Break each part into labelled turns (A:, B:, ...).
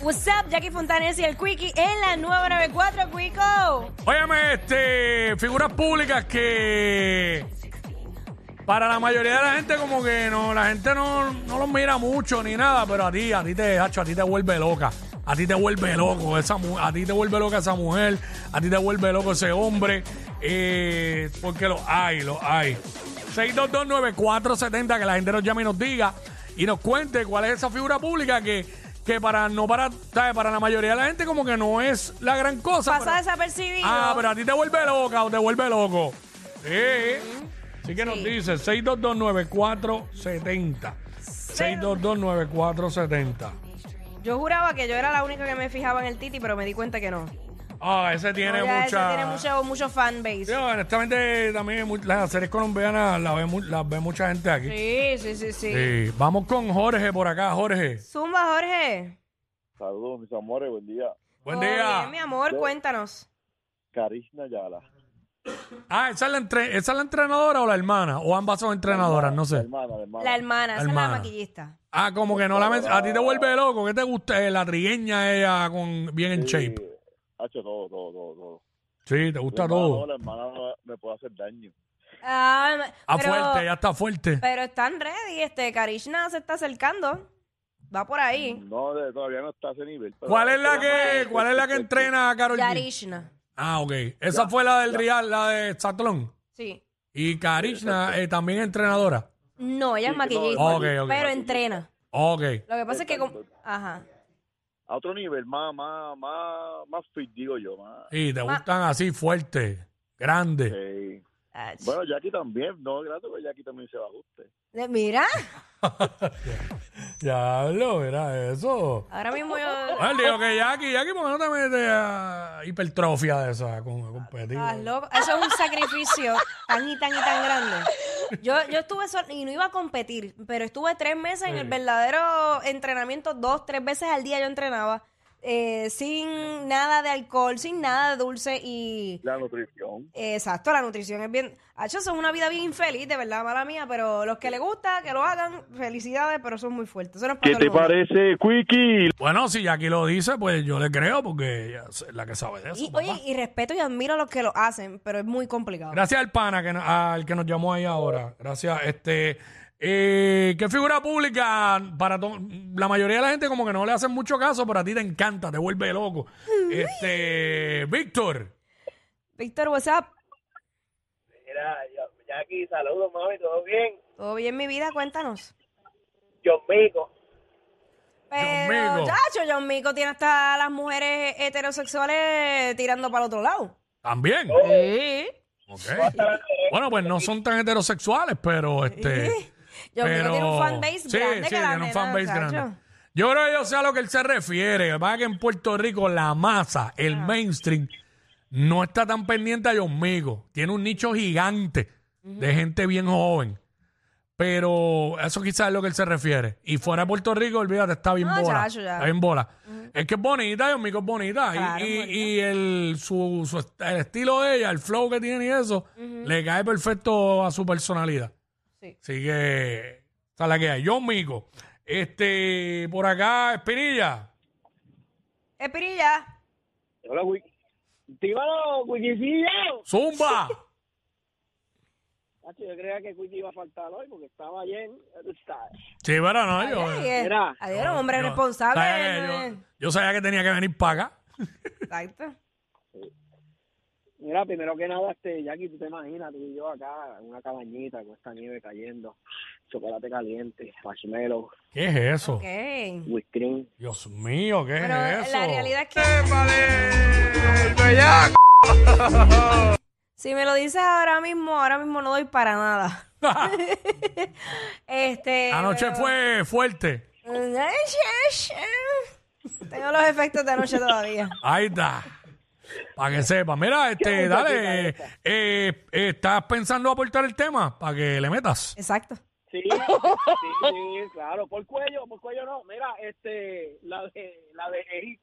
A: What's up, Jackie Fontanes y el Quickie en la 994, Quico.
B: Óyeme, este, figuras públicas que para la mayoría de la gente como que no, la gente no, no los mira mucho ni nada, pero a ti, a ti te, hacho, a ti te vuelve loca. A ti te vuelve loco esa mu- a ti te vuelve loca esa mujer, a ti te vuelve loco ese hombre, eh, porque los hay, los hay. 6229470, que la gente nos llame y nos diga y nos cuente cuál es esa figura pública que, que para no para, ¿sabes? para la mayoría de la gente como que no es la gran cosa.
A: Pasa
B: pero-
A: desapercibido.
B: Ah, pero a ti te vuelve loca o te vuelve loco. Sí. Así que nos dice 6229470. 6229470.
A: Yo juraba que yo era la única que me fijaba en el Titi, pero me di cuenta que no.
B: Ah, ese tiene
A: No, ya
B: mucha.
A: ese tiene mucho, mucho
B: Sí,
A: fanbase.
B: honestamente, también mu- las series colombianas las ve, mu- las ve mucha gente aquí.
A: Sí, sí, sí, sí.
B: Sí. Vamos con Jorge por acá, Jorge.
A: Zumba, Jorge.
C: Saludos, mis amores, buen día.
B: Buen
A: Todo
B: día.
A: bien, mi amor, cuéntanos.
C: Karishna Yala.
B: Ah, ¿esa es, la entre- ¿esa es la entrenadora o la hermana? O ambas son entrenadoras, no
C: La
B: sé.
C: hermana, la hermana.
A: La hermana, esa es la
B: Hermana.
A: maquillista.
B: Ah, como que no la men- A ti te vuelve loco. ¿Qué te gusta? Eh, la trigueña ella con bien en
C: Sí,
B: shape.
C: Ha hecho todo, todo, todo. todo.
B: Sí, te gusta
C: La hermana no,
B: todo.
C: La hermana no me puede hacer daño.
A: Ah,
B: Ah,
A: pero-
B: fuerte, ya está fuerte.
A: Pero están ready, este, Karishna se está acercando. Va por ahí.
C: No, de- todavía no está a ese nivel. pero-
B: ¿Cuál es la que, cuál es la que entrena a Carol G?
A: Karishna.
B: Ah, ok. Esa fue la del Real, la de Satlón.
A: Sí.
B: Y Karishna eh, también es entrenadora.
A: No, ella es maquillista.
B: Ok, ok.
A: Pero entrena.
B: Ok.
A: Lo que pasa es que. como- Ajá.
C: A otro nivel, más, más, más, más fit, digo yo. Más.
B: Y te gustan así fuerte, grande.
C: Sí.
A: Ah,
C: Eh, Bueno, Jackie también, no, gracias, pero Jackie también se va a ajuste.
A: de- Mira,
B: Ya lo era eso.
A: ahora mismo yo.
B: Él dijo que Jackie, Jackie, ¿por qué no te metes a hipertrofia de esa con a competir?
A: Estás loco. Eso es un sacrificio tan y tan y tan grande. Yo, yo estuve sol- y no iba a competir, pero estuve tres meses en el verdadero entrenamiento, dos, tres veces al día yo entrenaba, eh, sin nada de alcohol, sin nada de dulce y...
C: La nutrición.
A: eh, Exacto, la nutrición es bien... Hacho, eso es una vida bien infeliz, de verdad, mala mía, pero los que les gusta, que lo hagan, felicidades, pero son muy fuertes. Eso no es para
C: ¿Qué
A: todo
C: te
A: el mundo.
C: parece, Quickie?
B: Bueno, si Jackie lo dice, pues yo le creo porque ella es la que sabe de eso.
A: Y,
B: papá.
A: oye, y respeto y admiro a los que lo hacen, pero es muy complicado.
B: Gracias al pana que, no- al que nos llamó ahí ahora. Gracias. Este, eh, ¿Qué figura pública? Para to- la mayoría de la gente como que no le hacen mucho caso, pero a ti te encanta, te vuelve loco. Este, Víctor.
A: Víctor, WhatsApp,
D: Mira, yo- Jackie, saludos, mami, ¿todo bien?
A: todo bien mi vida, cuéntanos.
D: John Mico.
A: Pero,
B: Mico.
A: chacho, John Mico tiene hasta las mujeres heterosexuales tirando para el otro lado.
B: También. Ok. Bueno, pues no son tan heterosexuales, pero este...
A: John
B: pero-
A: Mico tiene un fanbase
B: sí,
A: grande.
B: Sí,
A: que la
B: tiene un
A: nena,
B: fanbase
A: chacho.
B: grande. Yo creo que yo sé a lo que él se refiere. Lo que pasa es que en Puerto Rico la masa, el mainstream, no está tan pendiente a John Migo. Tiene un nicho gigante de gente bien joven. Pero eso quizás es lo que él se refiere. Y fuera de Puerto Rico, olvídate, está bien
A: No,
B: bola.
A: chacho, ya.
B: Está bien bola. Es que es bonita, John Migo es bonita. Y-
A: Claro,
B: y
A: bonita.
B: y el, su, su est- el estilo de ella, el flow que tiene y eso, le cae perfecto a su personalidad.
A: Sí.
B: Así que, esa es la que hay. John Mico. Este, por acá, Espinilla.
A: Espirilla,
D: Hola, Wiki. Dímelo, Wikicillo.
B: Zumba.
D: Nacho, yo creía que Wiki iba a faltar hoy porque estaba ayer. ya tú sabes.
B: sí, pero no, yo.
A: oye,
D: Mira.
A: adiós, eh. un hombre
B: yo-
A: responsable.
B: sabía que
A: no
B: yo-
A: es-
B: yo sabía que tenía que venir para acá.
A: Exacto.
D: Mira, primero que nada, este, Jackie, tú te imaginas, tú y yo acá, en una cabañita con esta nieve cayendo, chocolate caliente, marshmallow,
B: ¿Qué es eso?
A: Ok.
D: whipped cream.
B: Dios mío, ¿qué
A: Pero eh,
B: es eso?
A: la realidad es que si me lo dices ahora mismo, ahora mismo no doy para nada. este.
B: Anoche
A: pero-
B: fue fuerte.
A: Ay, ay, ay. Tengo los efectos de noche todavía.
B: Ahí está. Para que sepa. Mira, este, dale. eh, eh, ¿Estás pensando aportar el tema? Para que le metas.
A: Exacto.
D: Sí, sí, sí, claro, por cuello, por cuello no. Mira, este, la de, la de Eri,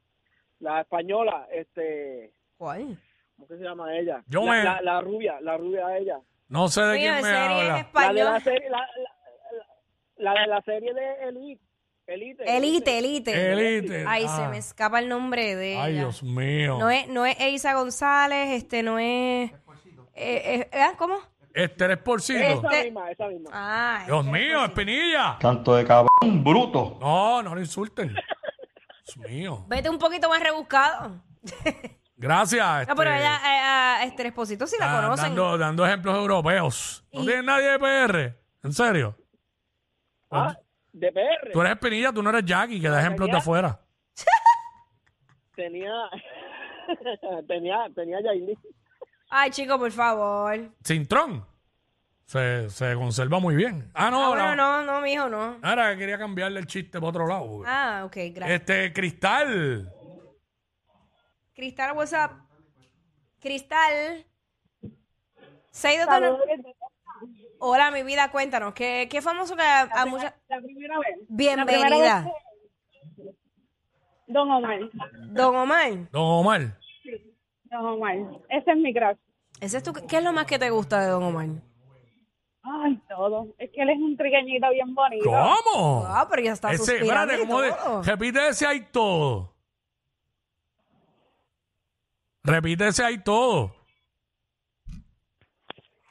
D: la española, este,
A: ¿Cuál?
D: ¿cómo que se llama ella?
B: Yo
D: la,
B: me-
D: la, la rubia, la rubia ella.
B: No sé de
A: Mira,
B: quién me
A: serie en
B: habla.
D: La de la
A: español.
D: serie, la, la, la- la de la serie de Elite, Elite.
A: Elite, elite.
B: Elite.
A: Ay,
B: Ah.
A: se me escapa el nombre de
B: Ay,
A: ella.
B: Dios mío.
A: No es, no es Eisa González, este no es. Eh, eh, ah, ¿Cómo?
B: Este eres porcito.
D: Esa
A: Este-
D: misma, esa misma.
A: Ah,
B: Dios
A: este,
B: mío,
A: pues sí.
B: Espinilla.
E: Canto de cabrón, bruto.
B: No, no lo insulten. Dios mío.
A: Vete un poquito más rebuscado.
B: Gracias. este, Ah,
A: No, pero ella, eh, a este esposito sí la
B: da-
A: conocen.
B: dando, dando ejemplos europeos. No
A: Y-
B: tienes nadie de PR. ¿En serio?
D: Ah, de PR.
B: Tú eres Espinilla, tú no eres Jackie, que da ejemplos de afuera.
D: Tenía, tenía, tenía Yailin.
A: Ay, chico, por favor.
B: Cintrón. Se, se conserva muy bien. Ah, no,
A: Ah, bueno,
B: la-
A: no, no, mijo, no.
B: Ahora quería cambiarle el chiste para otro lado. porque-
A: Ah, ok, gracias.
B: este, Cristal.
A: Cristal, WhatsApp. Cristal.
F: Saludos
A: 629.
F: desde
A: Hola, mi vida, cuéntanos. ¿Qué, qué famoso que a, a mucha-
F: la primera vez. La primera
A: Bienvenida.
F: vez que- Don Omar.
A: Don Omar,
B: Don Omar.
F: Don Omar. Ese es mi crush.
A: ¿ese es tu, ¿qué es lo más que te gusta de Don Omar?
F: Ay, todo. Es que él es un trigueñito bien bonito.
B: ¿Cómo?
A: Ah, pero ya está
B: Ese,
A: suspirando
B: espérate,
A: y
B: ¿cómo de-
A: todo.
B: repite ese hay todo. Repite ese hay todo.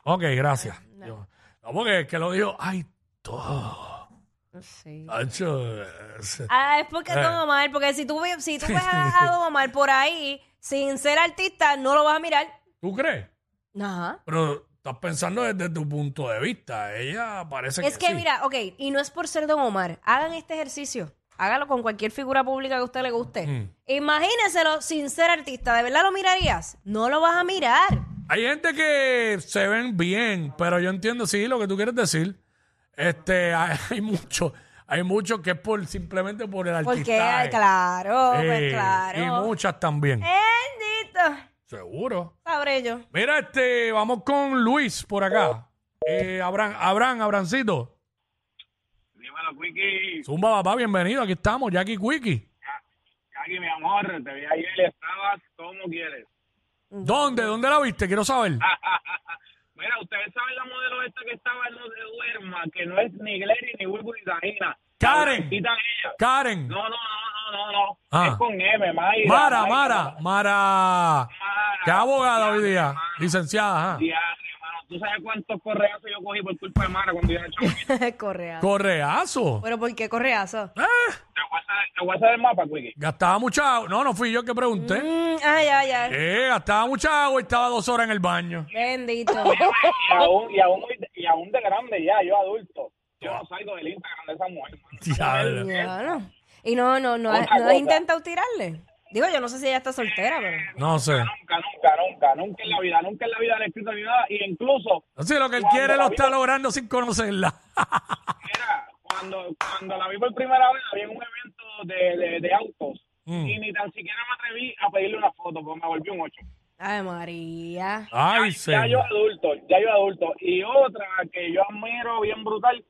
B: Ok, gracias. Yo- No, porque es que lo dijo, hay todo.
A: Sí.
B: Hacho, ese-
A: Ah, es porque es Don
B: Eh.
A: Omar, porque si tú, ve- si tú ves a, a Don Omar por ahí, sin ser artista, no lo vas a mirar.
B: ¿Tú crees?
A: Ajá.
B: Pero estás pensando desde tu punto de vista. Ella parece que
A: Es que
B: sí.
A: mira, ok, y no es por ser Don Omar, hagan este ejercicio. Hágalo con cualquier figura pública que a usted le guste.
B: Mm.
A: Imagínenselo sin ser artista. ¿De verdad lo mirarías? No lo vas a mirar.
B: Hay gente que se ven bien, pero yo entiendo, sí, lo que tú quieres decir. Este, hay, hay mucho, hay muchos que es por simplemente por el artista.
A: Porque, ay, claro, pues
B: eh. Y
A: claro. Eh.
B: muchas también.
A: Bendito.
B: Seguro.
A: Sabré yo.
B: Mira, este, vamos con Luis por
A: Oh.
B: acá. Eh, Abraham, Abraham, Abrancito.
D: Dímelo, Wiki.
B: Zumba, papá, bienvenido. Aquí estamos, Jackie Quickie.
D: Aquí, mi amor, te vi ayer, estabas como quieres.
A: Mm.
B: ¿Dónde? ¿Dónde la viste? Quiero saber.
D: Ah, Mira, ustedes saben la modelo esta que estaba en los de Duerma, que no es ni Glery, ni Bulbul, ni Tajina.
B: Karen.
D: La blanquita ella.
B: Karen.
D: No, no, no, no, no, no.
B: Ah.
D: Es con M, Mayra.
B: Mara,
D: Mayra.
B: Mara, Mara.
D: Mara.
B: Que es abogada hoy día.
D: Mara.
B: Licenciada, ajá.
D: Diablo, hermano. ¿Tú sabes cuántos correos yo cogí por culpa de Mara cuando yo era chamaquito?
A: Correazo.
B: Correazo. Eh,
A: Pero ¿por qué correazo?
D: Te voy a hacer- te voy a hacer el mapa, Wiki.
B: Gastaba mucha agua. No, no fui yo que pregunté.
A: Mm, ay, ay, ay.
B: Eh, gastaba mucha agua y estaba dos horas en el baño.
A: Bendito.
D: Y aún, y, aún, y aún de grande ya, yo adulto. Yo no salgo del Instagram de esa mujer. hermano.
B: Diablo.
A: Ya, no. Y no, no, no,
D: Otra
A: no has
D: cosa.
A: intentado tirarle. Digo, yo no sé si ella está soltera, pero.
B: No sé.
D: Nunca, nunca, nunca, nunca en la vida, nunca en la vida le he escrito ni nada. Y incluso,
B: Así lo que él
D: Cuando
B: quiere
D: la
B: lo está
D: vida-
B: logrando sin conocerla.
D: era cuando, cuando la vi por primera vez, había un evento de, de, de autos.
B: Mm.
D: Y ni tan siquiera me atreví a pedirle una foto, porque me volví un ocho.
A: Ay, María.
B: Ay,
D: Ya yo
B: señor.
D: adulto, ya yo adulto. Y otra que yo admiro bien brutal,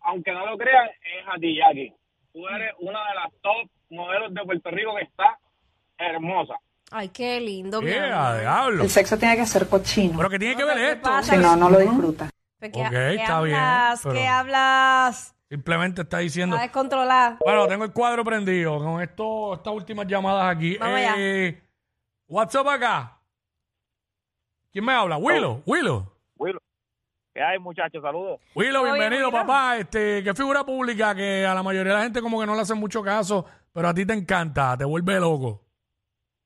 D: aunque no lo crean, es a ti, Jackie. Tú eres una de las top modelos de Puerto Rico que está hermosa.
A: Ay, qué lindo, mi
B: Eh,
A: amor.
B: a diablo.
G: El sexo tiene que ser cochino,
B: Pero que tiene que ver
A: ¿Qué
B: esto.
A: pasa?
G: si no, no lo disfruta.
A: Pues, ¿qué-
B: Ok,
A: qué
B: está bien,
A: hablas?
B: pero-
A: ¿Qué hablas?
B: Simplemente está diciendo.
A: Está descontrolada.
B: Bueno, tengo el cuadro prendido con esto, estas últimas llamadas aquí.
A: Vamos allá.
B: eh, WhatsApp acá. ¿Quién me habla? Willow, Willow.
C: ¿Qué hay, muchachos? Saludos.
A: Todo
B: Willow,
A: bien,
B: bienvenido,
A: Willow.
B: papá. Este, qué figura pública que a la mayoría de la gente como que no le hacen mucho caso, pero a ti te encanta, te vuelve loco.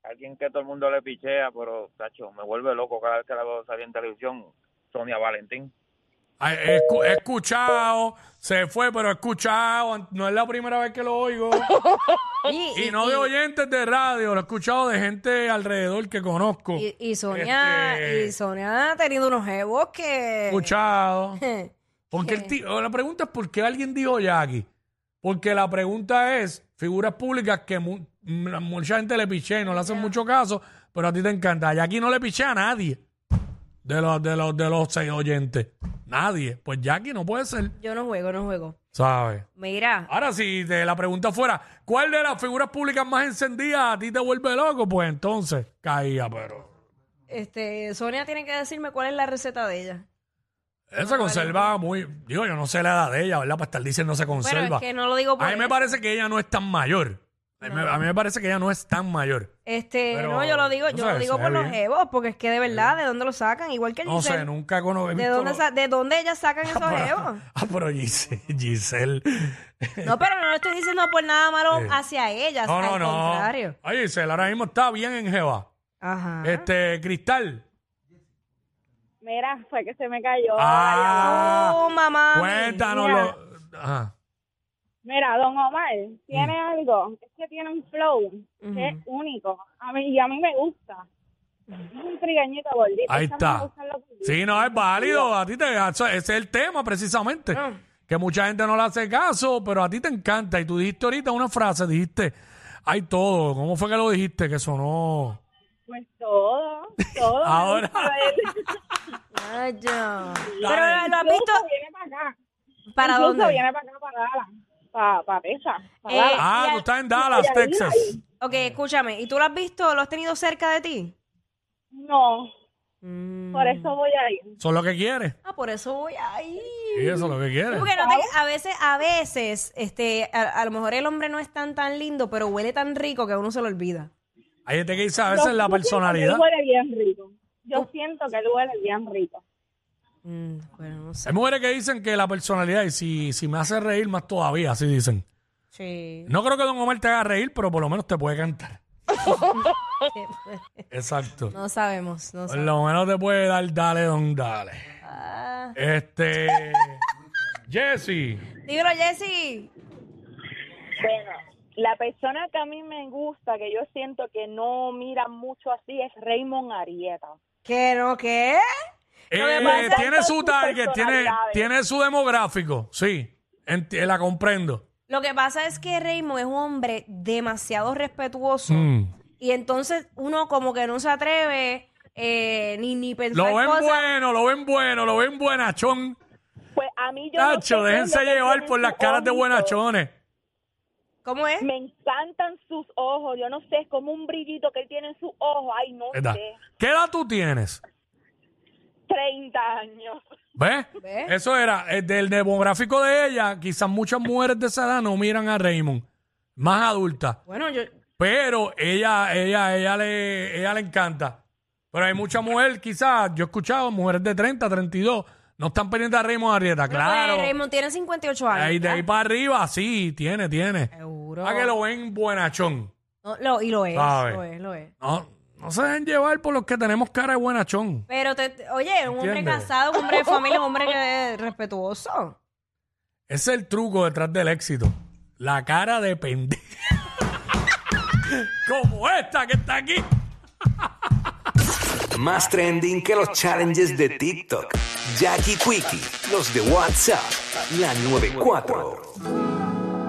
C: Alguien que todo el mundo le pichea, pero, tacho, me vuelve loco cada vez que la veo salir en televisión. Sonia Valentín.
B: Ay, He, escu- he escuchado, se fue, pero he escuchado, no es la primera vez que lo oigo. Y no de oyentes de radio, lo he escuchado de gente alrededor que conozco.
A: Y, eh, y Sonia,
B: Este-
A: y Sonia ha tenido unos jevos que.
B: He escuchado.
A: Pero
B: Porque el tío- la pregunta es por qué alguien dijo Jackie. Porque la pregunta es figuras públicas que mu- mm, mucha gente le piché y no le hacen mucho caso, pero a ti te encanta. Y aquí no le piché a nadie de los, de los, de los seis oyentes. Nadie. Pues Jackie no puede ser,
A: Yo no juego, no juego.
B: ¿sabes?
A: Mira,
B: Ahora, si te la pregunta fuera, ¿cuál de las figuras públicas más encendidas a ti te vuelve loco? Pues entonces caía, pero.
A: este, Sonia tiene que decirme cuál es la receta de ella.
B: Él se conserva muy. Digo, yo no sé la edad de ella, ¿verdad? Para estar diciendo se
A: Bueno,
B: conserva.
A: es que no lo digo por
B: a mí me
A: eso.
B: parece que ella no es tan mayor. A mí me- a mí me parece que ella no es tan mayor.
A: Este,
B: Pero,
A: no, yo lo digo,
B: tú
A: yo lo
B: sabes,
A: digo
B: se
A: por
B: ve
A: los
B: bien.
A: jevos, porque es que de verdad, ¿de dónde lo sacan? Igual que el
B: No sé, nunca conozco.
A: ¿De dónde, sa- ¿De dónde ellas sacan esos jevos?
B: Ah, pero Giselle. Giselle.
A: No, pero no lo estoy diciendo por nada malo hacia ellas,
B: No, no,
A: al
B: no.
A: contrario. Ah.
B: Ay, Giselle, ahora mismo está bien en Jeva.
A: Ajá.
B: Este, Cristal.
F: Mira, fue que se me cayó.
B: Ah,
A: oh, mamá.
B: cuéntanoslo. Ajá.
F: Mira, don Omar, tiene
B: Mm.
F: algo, es que tiene un flow que es único. A mí, y a mí me gusta. Es un trigueñito gordito.
B: Ahí
F: es que a mí me
B: está.
F: gustan los gorditos.
B: Sí, no, es válido. A ti te. Ese es el tema, precisamente.
F: Ah.
B: Que mucha gente no le hace caso, pero a ti te encanta. Y tú dijiste ahorita una frase, dijiste, hay todo. ¿Cómo fue que lo dijiste? Que sonó.
F: Pues todo, todo. me
B: Ahora.
F: gusta de él.
A: Ay, ya. Pero lo has visto
F: Incluso viene para acá.
A: para
F: Incluso
A: dónde?
F: viene para acá, para Dallas. Para, para Texas. Para
A: Eh,
F: Dallas.
B: Ah,
A: y
B: tú
A: al-
B: estás en Dallas,
F: y ahí,
B: Texas.
F: ahí.
A: Ok, escúchame, ¿y tú lo has visto? ¿Lo has tenido cerca de ti?
F: No,
A: Mm.
F: por eso voy a ir.
B: Eso es lo que quieres.
A: Ah, por eso voy ahí.
B: Y eso es lo que quieres.
A: Porque no te- a veces, a veces, este, a, a lo mejor el hombre no es tan tan lindo, pero huele tan rico que a uno se lo olvida.
B: Hay gente que dice a veces
F: Yo-
B: la
F: yo siento que
B: personalidad.
F: Él huele bien rico. Yo
A: Oh.
F: siento que él huele bien rico.
A: Mm, bueno, no sé.
B: Hay mujeres que dicen que la personalidad, y si, si me hace reír más todavía, así dicen.
A: Sí.
B: No creo que Don Omar te haga reír, pero por lo menos te puede cantar. Exacto.
A: Pues, No sabemos, no
B: Por
A: sabemos.
B: lo menos te puede dar, dale, don, dale.
A: Ah.
B: Este. Jesse.
A: Dímelo, Jessy.
F: Bueno, la persona que a mí me gusta, que yo siento que no mira mucho así, es Raymond Arieta.
A: ¿Qué no qué?
B: Eh,
F: pasa es
B: tiene
F: que
B: su
F: sus
B: target, tiene,
F: personalidades.
B: tiene su demográfico. Sí, Enti- la comprendo.
A: Lo que pasa es que Raymond es un hombre demasiado respetuoso
B: Mm.
A: y entonces uno como que no se atreve eh, ni ni pensar
B: Lo ven
A: cosas.
B: bueno, lo ven bueno, lo ven buenachón.
F: Pues a mí yo... no
B: Nacho,
F: sé qué es
B: déjense
F: lo que
B: llevar
F: tiene
B: por
F: en
B: las
F: su
B: caras de
F: ojito.
B: buenachones.
A: ¿Cómo es?
F: Me encantan sus ojos. Yo no sé, es como un brillito que él tiene en sus ojos. Ay, no
B: ¿Verdad?
F: sé.
B: ¿Qué edad tú tienes?
F: 30 años.
B: ¿Ves?
A: ¿Ves?
B: Eso era eh, del demográfico de ella. Quizás muchas mujeres de esa edad no miran a Raymond, más adultas.
A: Bueno, yo
B: Pero ella, ella, ella le, ella le encanta. Pero hay mucha mujer, quizás, yo he escuchado mujeres de 30, 32, no están pendientes a Raymond Arrieta, claro.
A: Pues, Raymond tiene 58 años.
B: Ahí, de ahí
A: ¿verdad?
B: para arriba, sí, tiene, tiene.
A: Seguro.
B: A que lo ven buenachón.
A: No, lo- y lo es,
B: Sabe.
A: lo es, lo es.
B: No, no se dejen llevar por los que tenemos cara de buenachón.
A: Pero, te, te- oye, un hombre
B: ¿Entiendes?
A: casado, un hombre de familia, un hombre que es respetuoso.
B: Ese es el truco detrás del éxito. La cara de pendejo. Como esta que está aquí.
H: Más trending que los challenges de TikTok. Jackie Quickie, los de WhatsApp, la 94.